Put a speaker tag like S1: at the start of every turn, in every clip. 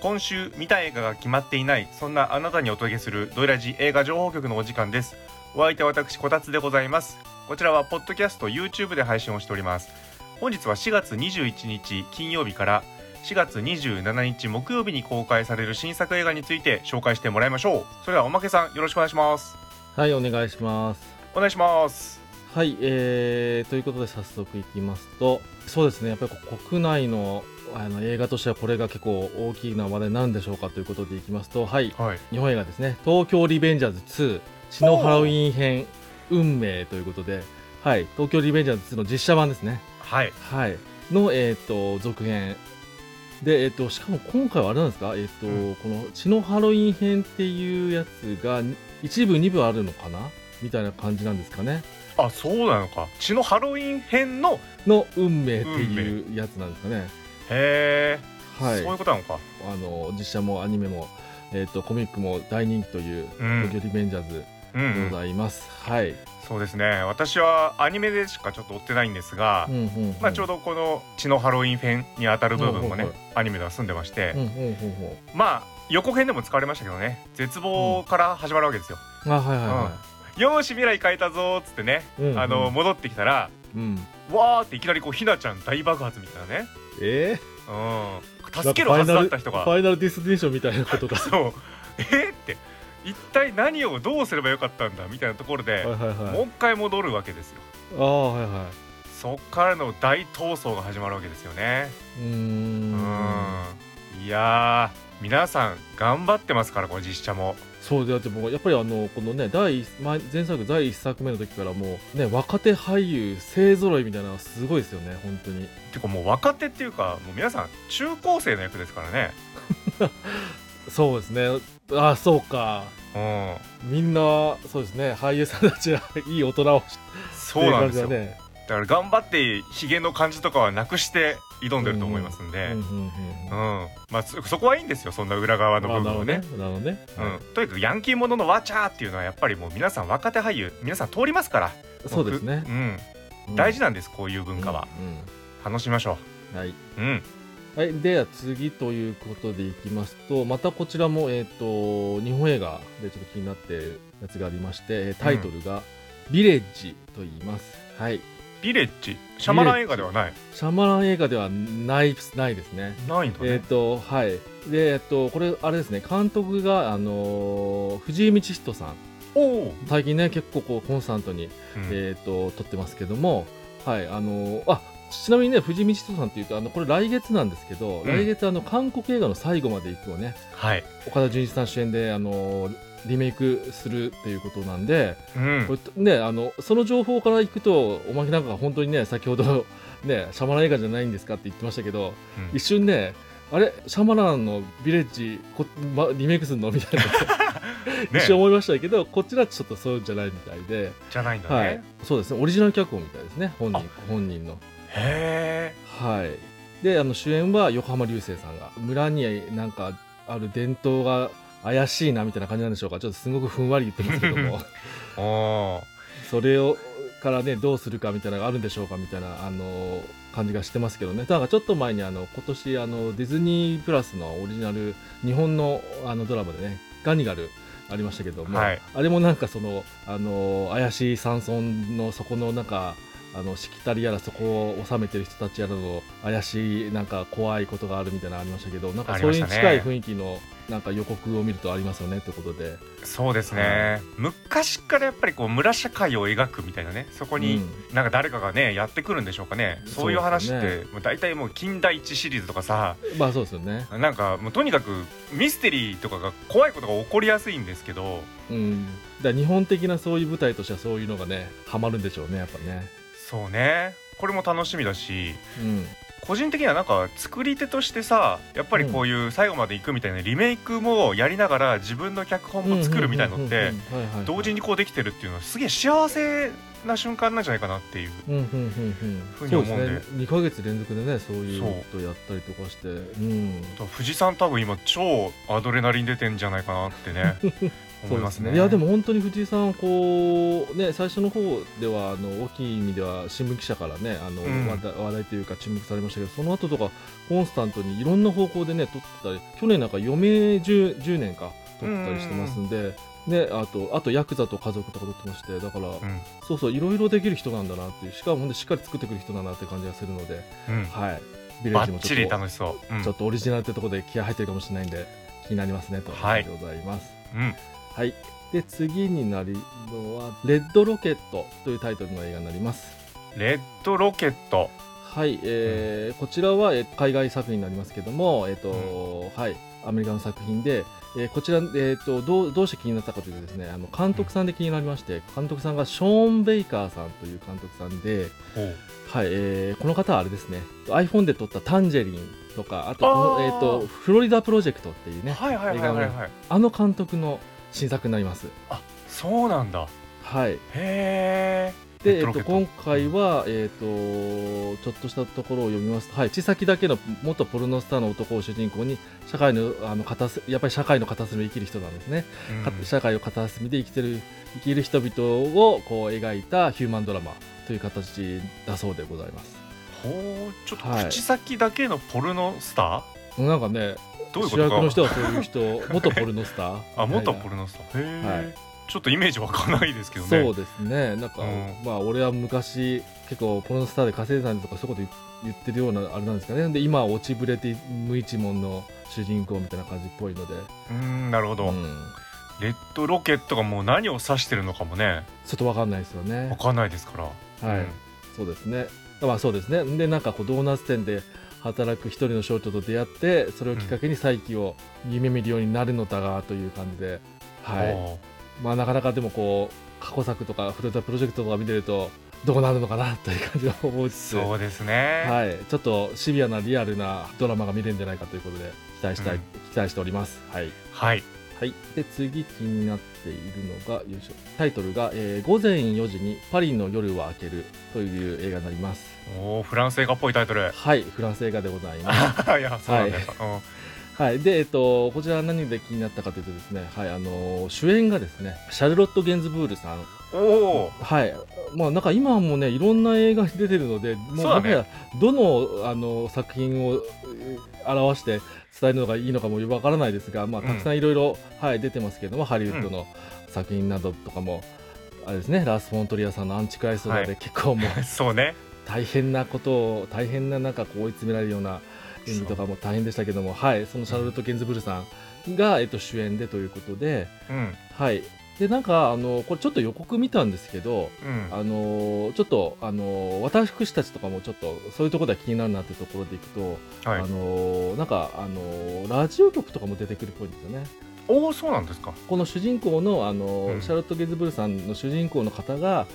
S1: 今週見た映画が決まっていないそんなあなたにお届けするドイラジ映画情報局のお時間ですお相手は私こたつでございますこちらはポッドキャスト YouTube で配信をしております本日は4月21日金曜日から4月27日木曜日に公開される新作映画について紹介してもらいましょうそれではおまけさんよろしくお願いします
S2: はい、お願いします。
S1: お願いします
S2: はい、えー、ということで早速いきますと、そうですね、やっぱりこう国内のあの映画としてはこれが結構大きな話題なんでしょうかということでいきますと、はい、
S1: はい
S2: 日本映画ですね、東京リベンジャーズ2、血のハロウィン編、運命ということで、はい、東京リベンジャーズ2の実写版ですね、
S1: はい
S2: はい、の、えー、と続編。でえー、としかも今回はあれなんですか、えーと
S1: うん
S2: この血のハロウィン編っていうやつが一部、二部あるのかなみたいな感じなんですかね。
S1: あそうなのか血のハロウィン編の
S2: の運命っていうやつなんですかね。
S1: へえ、
S2: はい
S1: そういうことなのか
S2: あの実写もアニメも、えー、とコミックも大人気という
S1: う
S2: 「東京
S1: ん、
S2: リベンジャーズ
S1: うん」
S2: で
S1: う
S2: ご
S1: ん、
S2: ざいます。はい、
S1: そうですね私はアニメでしかちょっと追ってないんですが、
S2: うんうんうん
S1: まあ、ちょうどこの血のハロウィン編にあたる部分もね、
S2: うんうん
S1: アニメでは済んでまして、
S2: うんうんうんうん
S1: まあ予告編でも使われましたけどね絶望から始まるわけですよ、
S2: あはいはいは
S1: よーし未来変えたぞーっつってね、
S2: い。うんうん
S1: あの戻ってきたら
S2: うん、
S1: わーっていきなりこうひなちゃん大爆発みたいなね、
S2: え
S1: うん、
S2: ー、
S1: 助けるはずだった人
S2: フ
S1: が
S2: ァイナルディスティネーションみたいなことが。は
S1: そう えーって一体何をどうすればよかったんだみたいなところで、
S2: いはいは
S1: もう
S2: い。
S1: 一回戻るわけですよ
S2: ああはいは
S1: そっからの大闘争が始まるわけですよね
S2: い。うーん
S1: うんいやー皆さん頑張ってますからこの実写も
S2: そうでだってもうやっぱりあのこのね第一前前作第1作目の時からもうね若手俳優勢ぞろいみたいなのはすごいですよね本当に
S1: てかもう若手っていうかもう皆さん中高生の役ですからね
S2: そうですねああそうか
S1: う
S2: みんなそうですね俳優さんたちは いい大人を知っ
S1: ん
S2: てる
S1: そうなん
S2: 感
S1: で
S2: じ
S1: す
S2: だ
S1: よ、
S2: ね
S1: だから頑張ってひげの感じとかはなくして挑んでると思いますんで、
S2: うんうんうん
S1: うんまあ、そそこはいいんですよそんな裏側の
S2: あ
S1: 部
S2: あな
S1: 分を
S2: るほどね
S1: ね
S2: なるほどね、
S1: うん、とにかくヤンキーもののわちゃーっていうのはやっぱりもう皆さん若手俳優皆さん通りますから
S2: そうですね、
S1: うん、大事なんです、こういう文化は、、
S2: うん
S1: 楽しみましょ
S2: うんはい、
S1: ううん
S2: はい、では次ということでいきますとまたこちらも、えっと日本映画でちょっと気になってるやつがありましてえータイトルが「ヴィレッジ」と言います、はい
S1: ビレッジシャマラン映画ではない
S2: シャマラン映画ではないないですね
S1: ないんだね、
S2: えっ、とはいでえっ、とこれあれですね監督が、あのー藤井道人さん
S1: おお、
S2: 最近ね結構こうコンスタントに、えっ、と撮ってますけどもはいあのーあちなみにね藤井道人さんっていうとあのこれ来月なんですけど、
S1: うん
S2: 来月あの韓国映画の最後まで行くをね
S1: はい、
S2: 岡田准一さん主演であのーリメイクするっていうことなんで、
S1: うん
S2: これとね、あのその情報からいくとおまけなんかが本当にね先ほど、ね、シャマラン映画じゃないんですかって言ってましたけど、
S1: うん
S2: 一瞬ねあれシャマランのヴィレッジこ、ま、リメイクするのみたいな、
S1: ね
S2: 一瞬思いましたけどこっちらちょっとそうじゃないみたいで、
S1: じゃないんだね、
S2: はい、そうですねオリジナル脚本みたいですね本人本人の
S1: へえ
S2: はいであの主演は横浜流星さんが村になんかある伝統が怪しいなみたいな感じなんでしょうかちょっとすごくふんわり言ってますけども
S1: おお
S2: それをからねどうするかみたいなのがあるんでしょうかみたいなあの感じがしてますけどねだからちょっと前にあの今年あのディズニープラスのオリジナル日本のあのドラマでねガニガルありましたけども、
S1: はい
S2: あれもなんかそのあの怪しい山村のそこのなんかあのしきたりやらそこを治めてる人たちやらの怪しいなんか怖いことがあるみたいなのありましたけどなんかそれに近い雰囲気のなんか予告を見るとありますよねってことで
S1: そうですね、昔からやっぱりこう村社会を描くみたいなねそこに、
S2: うん
S1: なんか誰かがねやってくるんでしょうかねそういう話って
S2: そうです
S1: もう大体もう近代一シリーズとかさ
S2: まあそうですよね
S1: なんかもうとにかくミステリーとかが怖いことが起こりやすいんですけど
S2: うん、だから日本的なそういう舞台としてはそういうのがねハマるんでしょうねやっぱね、
S1: そうねこれも楽しみだし
S2: うん、
S1: 個人的にはなんか作り手としてさやっぱりこういう最後まで行くみたいなリメイクもやりながら自分の脚本も作るみたいのって同時
S2: に
S1: にこうできてるっていうのはすげえ幸せな瞬間なんじゃないかなっていう
S2: うんうんうんうん
S1: ふうに
S2: そう
S1: 思
S2: で
S1: うんです
S2: ね2ヶ月連続でねそういう
S1: そう
S2: ことやったりとかしてうん
S1: 富士山多分今超アドレナリン出てんじゃないかなってね思いますね
S2: いやでも本当に藤井さんはこう、ね、最初の方ではあの大きい意味では新聞記者から、ねあの
S1: うん
S2: 話題話題というか注目されましたけどその後とかコンスタントにいろんな方向で、ね、撮ってたり去年なんか余命 10, 10年か撮ってたりしてますんで。ね、あとあとヤクザと家族とか撮ってましてだから、
S1: うん
S2: そうそういろいろできる人なんだなっていうしかもほんでしっかり作ってくる人だなって感じがするので、
S1: うん
S2: はい、ビレッ
S1: バ
S2: ジ
S1: ッ
S2: もち
S1: チ
S2: ょ
S1: リ
S2: っと
S1: 楽しそう、うん
S2: ちょっとオリジナルってとこで気合入ってるかもしれないんで気になりますねという
S1: はい
S2: ことでございます。
S1: うん
S2: はい、で次になるのは「レッドロケット」というタイトルの映画になります。
S1: レッドロケット
S2: はい、えーこちらは、えー海外作品になりますけども、えっ、と、はい、アメリカの作品で、えーこちら、えっ、と、どう、どうして気になったかというとですね、あの、監督さんで気になりまして、監督さんがショーン・ベイカーさんという監督さんで、はい、えーこの方はあれですね、iPhone で撮ったタンジェリンとか、あと、こ
S1: あ
S2: の
S1: ー
S2: えっ、と、フロリダプロジェクトっていうね、
S1: はいはいはいはいはい
S2: あの監督の新作になります。
S1: あそうなんだ
S2: はい。
S1: へえ
S2: で、えっと、今回は、えっと、ちょっとしたところを読みますと、はい、血先だけの元ポルノスターの男を主人公に、社会の、あの、片す、やっぱり社会の片隅を生きる人なんですね。か社会を片隅で生きてる、生きる人々を、こう、描いたヒューマンドラマという形だそうでございます。
S1: ほうちょっと
S2: はい
S1: 口先だけのポルノスター、
S2: なんかね、
S1: どういうこ
S2: 主
S1: と
S2: 役
S1: か
S2: の人はそういう人、元ポルノスター。
S1: あ元ポ
S2: ル
S1: ルノスターへえ、
S2: はい
S1: ちょっとイメージわかんないですけどね
S2: そうですね、なんか、
S1: うん
S2: まあ、俺は昔、結構、ポルノスターで稼いでたんとか、そういうこと言言ってるような、あれなんですかね、で今は落ちぶれて、無一文の主人公みたいな感じっぽいので、
S1: うーんなるほど、
S2: うん
S1: レッドロケットがもう何を指してるのかもね
S2: ちょっとわかんないですよ
S1: わ
S2: ね、
S1: かんないですから
S2: はい
S1: うん
S2: そうですね、まあ、そうですね、で、なんかこう、ドーナツ店で働く一人の少女と出会って、それをきっかけに再起を夢見るようになるのだがという感じで、はい。
S1: おー
S2: まあ、なかなかでもこう過去作とかフルタプロジェクトとか見てるとどうなるのかなという感じを思いつつ、
S1: そうですね、
S2: はい、ちょっとシビアなリアルなドラマが見れるんじゃないかということで期待したい、
S1: うん
S2: 期待しております。はい
S1: はい
S2: はい、で次気になっているのがよいしょタイトルが、えー午前4時にパリの夜は明ける」という映画になります。
S1: おーフランス映画っぽいタイトル
S2: はいフランス映画でございます
S1: いやそうなんだ、ようん
S2: はい、で、えっと、こちら何で気になったかというとですね、はい、あの主演がですねシャルロット・ゲンズブールさん
S1: おお
S2: はい、まあなんか今もねいろんな映画に出てるのでもう
S1: そうだ
S2: も
S1: ね
S2: はやどのあの作品をえー表して伝えるのがいいのかもわからないですが、まあ、
S1: うん
S2: たくさんいろいろ、はい、出てますけどもハリウッドの作品などとかも、あれですねラース・フォントリアさんの「アンチクライスト」
S1: は
S2: で結 構もう
S1: そうね
S2: 大変なことを大変ななんかこう追い詰められるような演技とかも大変でしたけども、はい、そのシャルロット・ゲンズブールさんが、えっと、主演でということで。
S1: うん
S2: はいでなんかあのこれちょっと予告見たんですけど、
S1: うん
S2: あのーちょっと、あのー私たちとかもちょっとそういうところでは気になるなっていうところでいくと、
S1: はい
S2: あのーなんか、あのーラジオ局とかも出てくるっぽいんですよね。
S1: おおそうなんですか
S2: この主人公の、あのー
S1: うん
S2: シャーロット・ゲズブルさんの主人公の方が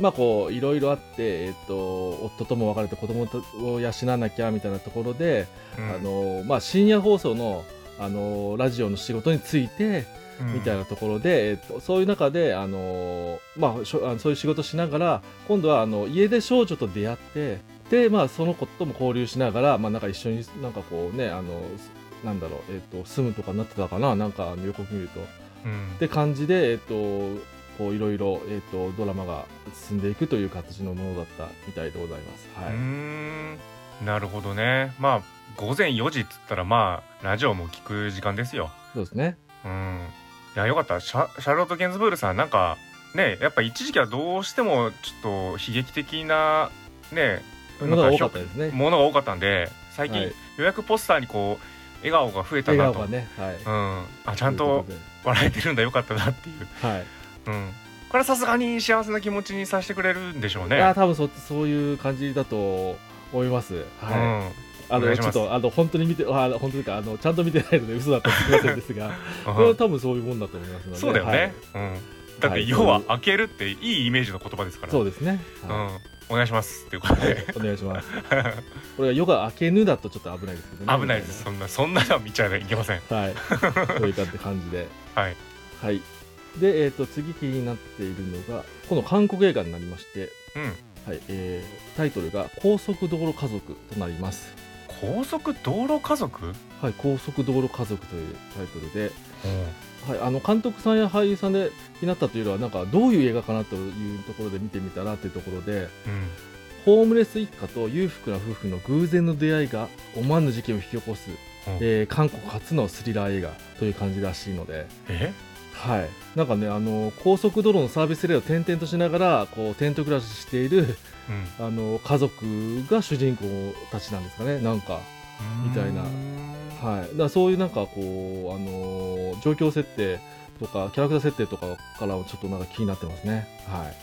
S2: まあこういろいろあって、えっと夫とも別れて子供を養わなきゃみたいなところで、
S1: うん
S2: あのーまあ、深夜放送の、あのーラジオの仕事についてみたいなところで、えっと、そういう中で、あのーまあ、しょあのそういう仕事しながら今度はあの家出少女と出会ってで、まあ、その子とも交流しながら、まあ、なんか一緒になんかこうねあのなんだろう、えっと、住むとかになってたかななんかあの予告見ると。っ
S1: うん、うん
S2: て感じで、えっと、こういろいろ、えっと、ドラマが進んでいくという形のものだったみたいでございます。は
S1: うー
S2: い
S1: んなるほどねまあ午前4時っつったらまあラジオも聞く時間ですよ
S2: そうですね
S1: うんいやよかったシャシャーロット・ゲンズブールさんなんかねやっぱ一時期はどうしてもちょっと悲劇的なね
S2: ものが多か
S1: な
S2: っ
S1: ん
S2: たですね。
S1: ものが多かったんで最近
S2: はい
S1: ようやくポスターにこう笑顔が増えた
S2: 笑
S1: な
S2: 顔
S1: と、
S2: がね、はい、
S1: うんあちゃん
S2: いう
S1: と
S2: ことで
S1: 笑えてるんだよかったなっていう
S2: はい
S1: うんこれはさすがに幸せな気持ちにさせてくれるんでしょう
S2: いや
S1: ね
S2: 多分そそういう感じだと思います。はい。
S1: うん
S2: あ
S1: お願い
S2: の
S1: し
S2: ち
S1: ま
S2: ょ
S1: す
S2: っとあの本当に見てあの本当にかあのちゃんと見てないので嘘だったらすみませんで すが、これ
S1: う
S2: は
S1: ん
S2: 多分そういうもんだと思いますので。
S1: そうだよね、うんだって要
S2: は
S1: はい開けるっていいイメージの言葉ですか
S2: はい
S1: ら
S2: そうですね。
S1: うん
S2: は
S1: お願いしますっていうこと
S2: い
S1: で
S2: お願いし ます。これは夜が明けぬだとちょっと危ないですけどね。
S1: 危ないですそんなそんなのは見ちゃいけません
S2: はい。というかって感じで。
S1: はい
S2: はい。でえっ、と次気になっているのがこの韓国映画になりまして、
S1: うん
S2: はいえー、タイトルが高速道路家族となります。
S1: 高速道路家族
S2: はい高速道路家族というタイトルで。はい、あの監督さんや俳優さんでになったというよりはなんかどういう映画かなというところで見てみたらというところで
S1: うん
S2: ホームレス一家と裕福な夫婦の偶然の出会いが思わぬ事件を引き起こす、
S1: うん
S2: えー韓国初のスリラー映画という感じらしいので、
S1: え
S2: はい、なんかねあの高速道路のサービスエリアを転々としながらこうテント暮らししている
S1: うん
S2: あの家族が主人公たちなんですかねなんか。みたいな
S1: うーん
S2: はい、だからそういうなんかこう、あのー状況設定とかキャラクター設定とかからもちょっとなんか気になってますね。はい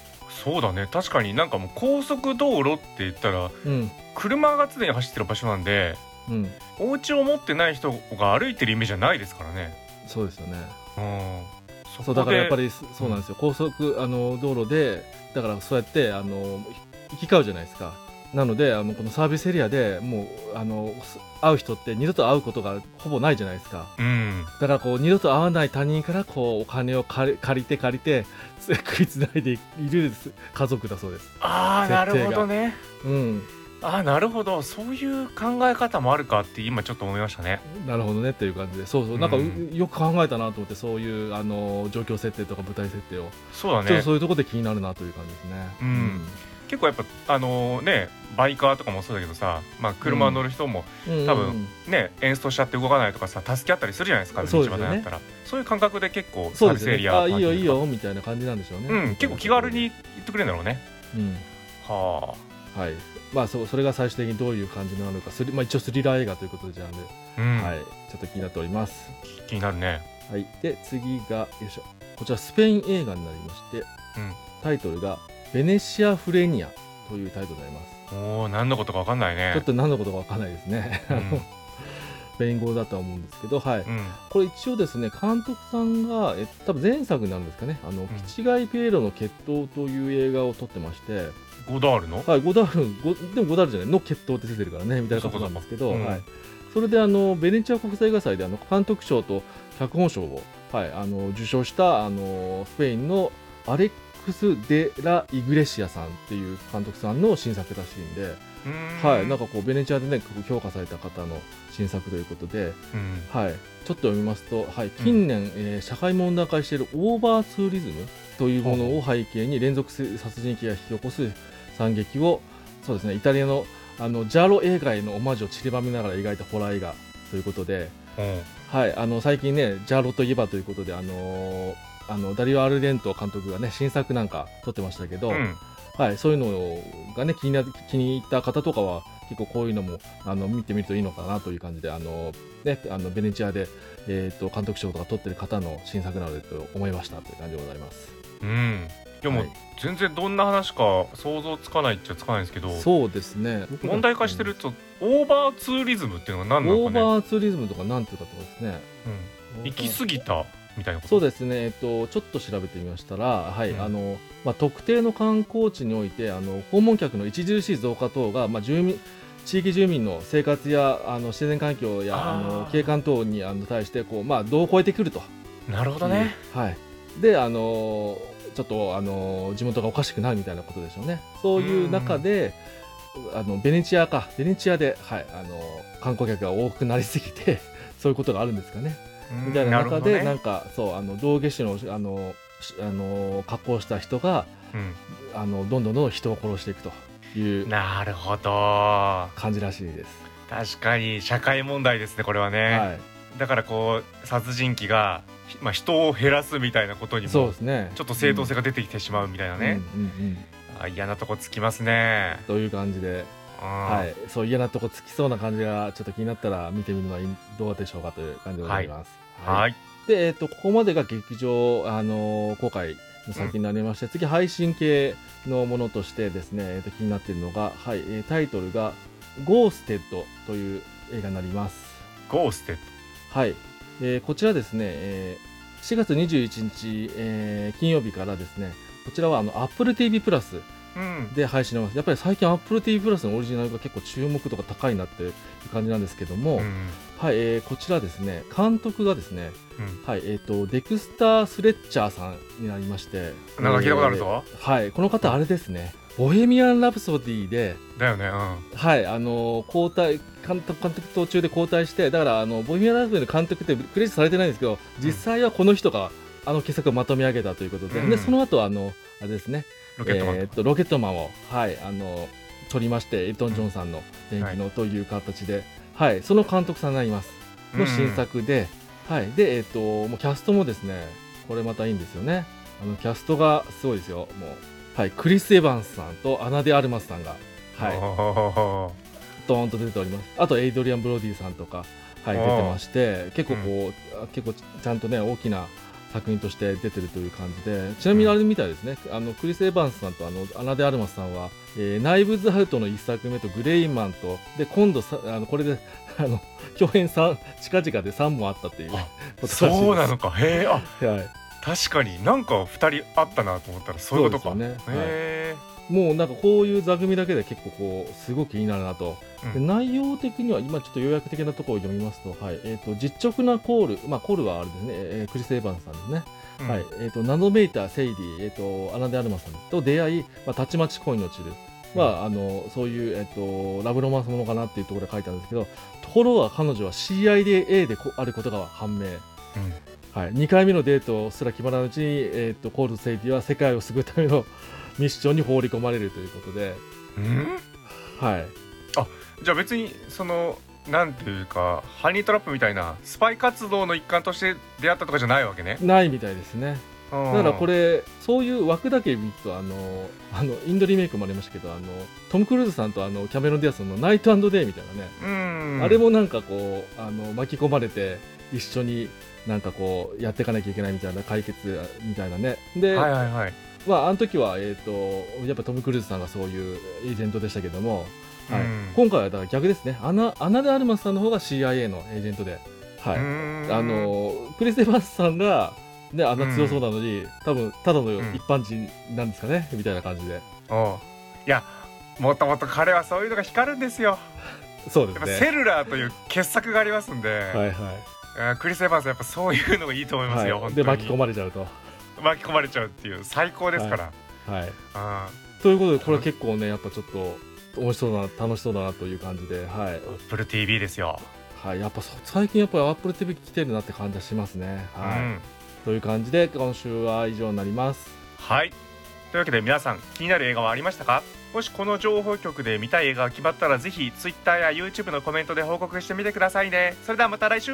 S1: そうだね確かになんかもう高速道路って言ったら
S2: うん
S1: 車が常に走ってる場所なんで
S2: うん、
S1: お家を持ってない人が歩いてるイメージはないですからね
S2: そうですよね
S1: うん
S2: そうだからやっぱりそそうなんですよ、高速あの道路でだからそうやってあの行き交うじゃないですかなのであのこのサービスエリアでもうあのす会う人って二度と会うことがほぼないじゃないですか
S1: うん
S2: だからこう二度と会わない他人からこうお金を借り借りて借りて つ食いつないでいる家族だそうです。
S1: ああなるほどね
S2: うん
S1: ああなるほどそういう考え方もあるかって今ちょっと思いましたね
S2: なるほどねっていう感じでそうそうなんか、
S1: うん
S2: うよく考えたなと思ってそういうあの状況設定とか舞台設定を、
S1: そうだ
S2: ちょっ
S1: ね
S2: とそういうところで気になるなという感じですね。
S1: うん結構やっぱあのねバイカーとかもそうだけどさ、まあ、車乗る人も
S2: うん
S1: 多
S2: うん
S1: 分ね、エンストしちゃって動かないとかさ助け合ったりするじゃないですか道
S2: そう
S1: 端
S2: ですよね
S1: だったらそういう感覚で結構サ
S2: そ
S1: ー
S2: う
S1: ビ
S2: です
S1: スエ
S2: よ
S1: リ
S2: ね。
S1: ア
S2: あいいよいい
S1: パー
S2: よみたいな感じなんでしょうね。
S1: キングとかうん結構気軽に言ってくれるんだろうね
S2: うん
S1: は
S2: はいまあそうそれが最終的にどういう感じになるのかスリまあ一応スリラー映画ということでじゃあね、
S1: あ、うん
S2: はいちょっと気になっております。
S1: 気になるね
S2: はい、で次がよいしょこちらスペイン映画になりまして、
S1: うん
S2: タイトルが「ベネシア・フレニア」というタイトルになります、
S1: おお何のことか分かんないね
S2: ちょっと何のことかわかんないですね、
S1: うん
S2: スペイン語だとは思うんですけど、はい
S1: うん
S2: これ一応ですね監督さんがえ多分前作になるんですかね「あの
S1: ん
S2: キチガイ・ピエロの決闘」という映画を撮ってまして、
S1: ゴダールの
S2: はい、ゴダールゴでもゴダールじゃないの決闘って出てるからねみたいなことなんですけど、
S1: そうかそうか
S2: は
S1: う
S2: い
S1: ん、
S2: それであのベネチア国際映画祭であの監督賞と脚本賞を、はい、あの受賞したあのスペインのアレックス・デ・ラ・イグレシアさんっていう監督さんの新作らしいんで、
S1: うーん
S2: はい、なんかこうベネチアでね評価された方の新作ということで、
S1: うん
S2: はい、ちょっと読みますと、はい、近年、えー社会問題化しているオーバーツーリズムというものを背景に連続殺人鬼が引き起こす惨劇をそうですねイタリアのあのジャロ映画へのオマージュを散りばめながら描いたホラー映画ということで、
S1: うん
S2: はい、あの最近ねジャロといえばということで、あのーあのダリオ・アルデント監督がね新作なんか撮ってましたけど、
S1: うん
S2: はい、そういうのがね気にな気に入った方とかは結構こういうのもあの見てみるといいのかなという感じであの、ね、あのベネチアで、えー、と監督賞とか取ってる方の新作なのでと思いましたという感じでございます。
S1: うんでも、
S2: はい
S1: 全然どんな話か想像つかないっちゃつかないんですけど
S2: そうですね
S1: 問題化してるとオーバーツーリズムっていうのは
S2: オ
S1: 何なの
S2: ー
S1: かね、
S2: バーツーリズムとかなんていうかとかですね
S1: うん、行き過ぎたみたいなこと
S2: そうですね、えっと、ちょっと調べてみましたら、はい
S1: うん
S2: あのまあ、特定の観光地においてあの訪問客の著しい増加等が、まあ、住民地域住民の生活やあの自然環境やあ
S1: あー
S2: の景観等にあの対してこう、まあ、度を超えてくると
S1: なるほどね、
S2: はい、であのーちょっとあのー地元がおかしくなるみたいなことでしょうねそういう中で、あのベネチアかベネチアで、はい、あのー観光客が多くなりすぎて そういうことがあるんですかね
S1: うん
S2: みたいな中で
S1: るほ
S2: な
S1: ど
S2: ん
S1: ね
S2: かそうあの道下手のあのしあのー加工した人があのどんどんどんどん人を殺していくとい
S1: うん、
S2: う
S1: なるほど
S2: 感じらしいです。
S1: 確かに社会問題ですねこれはね、
S2: は
S1: だからこう殺人鬼が、ひまあ、人を減らすみたいなことに
S2: い、
S1: も
S2: そうですね。
S1: ちょっと正当性が出てきてしまうみたいな
S2: うん
S1: ね、
S2: うんうんうん
S1: あ嫌なとこつきますね、
S2: という感じで
S1: うん
S2: はい、そう嫌なとこつきそうな感じがちょっと気になったら見てみるのはいいどうでしょうかという感じでございます。
S1: はいい
S2: で、えっとここまでが劇場、あのー公開の先になりまして、次配信系のものとしてですね、えっと気になっているのが、はいえータイトルが「ゴーステッド」という映画になります。
S1: ゴーステッ
S2: はい、えーこちらですね、えー4月21日、えー金曜日からですねこちらはあの Apple TV プラス
S1: ドうん
S2: で配信のやっぱり最近 Apple TV プラスのオリジナルが結構注目度が高いなっていう感じなんですけども、
S1: うん
S2: はい、えーこちらですね監督がですね、
S1: うん
S2: はいえー、とデクスター・スレッチャーさんになりまして
S1: なんか聞いたことあるぞ
S2: えーはいこの方あれですねボヘミアン・ラプソディで、
S1: だよねうん
S2: はい、あの交代監督監督途中で交代してだからあのボヘミアン・ラプソディの監督ってクレジットされてないんですけど実際はこの人があの傑作をまとめ上げたということで,、
S1: うん
S2: でその後あのあれですね
S1: ロケットマン
S2: えーっとロケットマンを、はい、あの取りましてエルトン・ジョンさんの電気のという形で、はいその監督さんになりますの新作で、はいでえーっともうキャストもですねこれまたいいんですよねあのキャストがすごいですよもう、はい、クリス・エヴァンスさんとアナ・デ・アルマスさんが、はい、
S1: は
S2: ドーンと出ておりますあとエイドリアン・ブロディさんとか、はい、
S1: お
S2: 出
S1: ー
S2: てまして結構こう、あ結構ちゃんとね大きな作品として出てるという感じでちなみにあれみたいですね、あのクリス・エヴァンスさんとあのアナ・デ・アルマスさんは「えーナイブズ・アウト」の1作目と「グレイマンと」で今度さあのこれであの共演さん近々で3本あったっていう
S1: あ
S2: ことらしいです
S1: そうなのかへえあ
S2: はい、
S1: 確かになんか二人あったなと思ったらそういうことか
S2: そうですよねはい
S1: へ
S2: もうなんかこういう座組だけで結構こうすごく気になるな
S1: う
S2: と、
S1: ん
S2: で内容的には今ちょっと要約的なところを読みますと,、はいえー、と実直なコール、まあ、コールはあれですね、えークリス・エヴァンスさんですね、
S1: え
S2: はいえー、とナノメーター・セイリー、えー、とアナ・デ・アルマさんと出会い、まあ、たちまち恋に落ちる、まあ、あのそういう、えー、とラブロマンスものかなっていうところで書いてあるんですけどところが彼女は CIA でこあることが判明、
S1: うん
S2: はい、2回目のデートすら決まらないうちに、えー、とコールとセイディは世界を救うためのミッションに放り込まれるということで、
S1: うん
S2: はい、
S1: じゃあ別にそのなんていうかハニートラップみたいなスパイ活動の一環として出会ったとかじゃないわけね
S2: ないみたいですね。
S1: だ
S2: だからこれそういう枠だけ見るとあのあのインドリメイクもありましたけどあのトム・クルーズさんとあのキャメロン・ディアスさんの「ナイトデイ」みたいなね、
S1: うん
S2: あれもなんかこうあの巻き込まれて一緒になんかこうやっていかなきゃいけないみたいな解決みたいなねで、
S1: はいはいはい
S2: まああの時は、えー、とやっぱトム・クルーズさんがそういうエージェントでしたけども、はい
S1: うん
S2: 今回はだから逆ですねアナアナでアルマスさんの方が CIA のエージェントで、はい
S1: うん
S2: あのクリス・エヴァンスさんが、ね、あんな強そうなのに、多分ただの
S1: ん
S2: 一般人なんですかね、みたいな感じで
S1: おういやもともと彼はそういうのが光るんですよ
S2: そうで
S1: やっぱ
S2: す
S1: セ
S2: ね。
S1: ルラーという傑作がありますんで、
S2: はいは
S1: あークリス・エヴァンスやっぱそういうのがいいと思います
S2: い、
S1: よ、
S2: はい、
S1: 本
S2: で
S1: 当に
S2: 巻き込まれちゃうと。
S1: 巻き込まれちゃうっていう最高ですから、
S2: はい、
S1: あ
S2: ということでこれ結構ねやっぱちょっと面白そうだな楽しそうだなという感じで、はい
S1: ー Apple TV ですよ、
S2: はい、やっぱそ最近やっぱり Apple TV 来てるなって感じはしますね。はい
S1: うん
S2: という感じで今週は以上になります。
S1: はいというわけで皆さん気になる映画はありましたかもしこの情報局で見たい映画が決まったらぜひ Twitter や YouTube のコメントで報告してみてくださいねそれではまた来週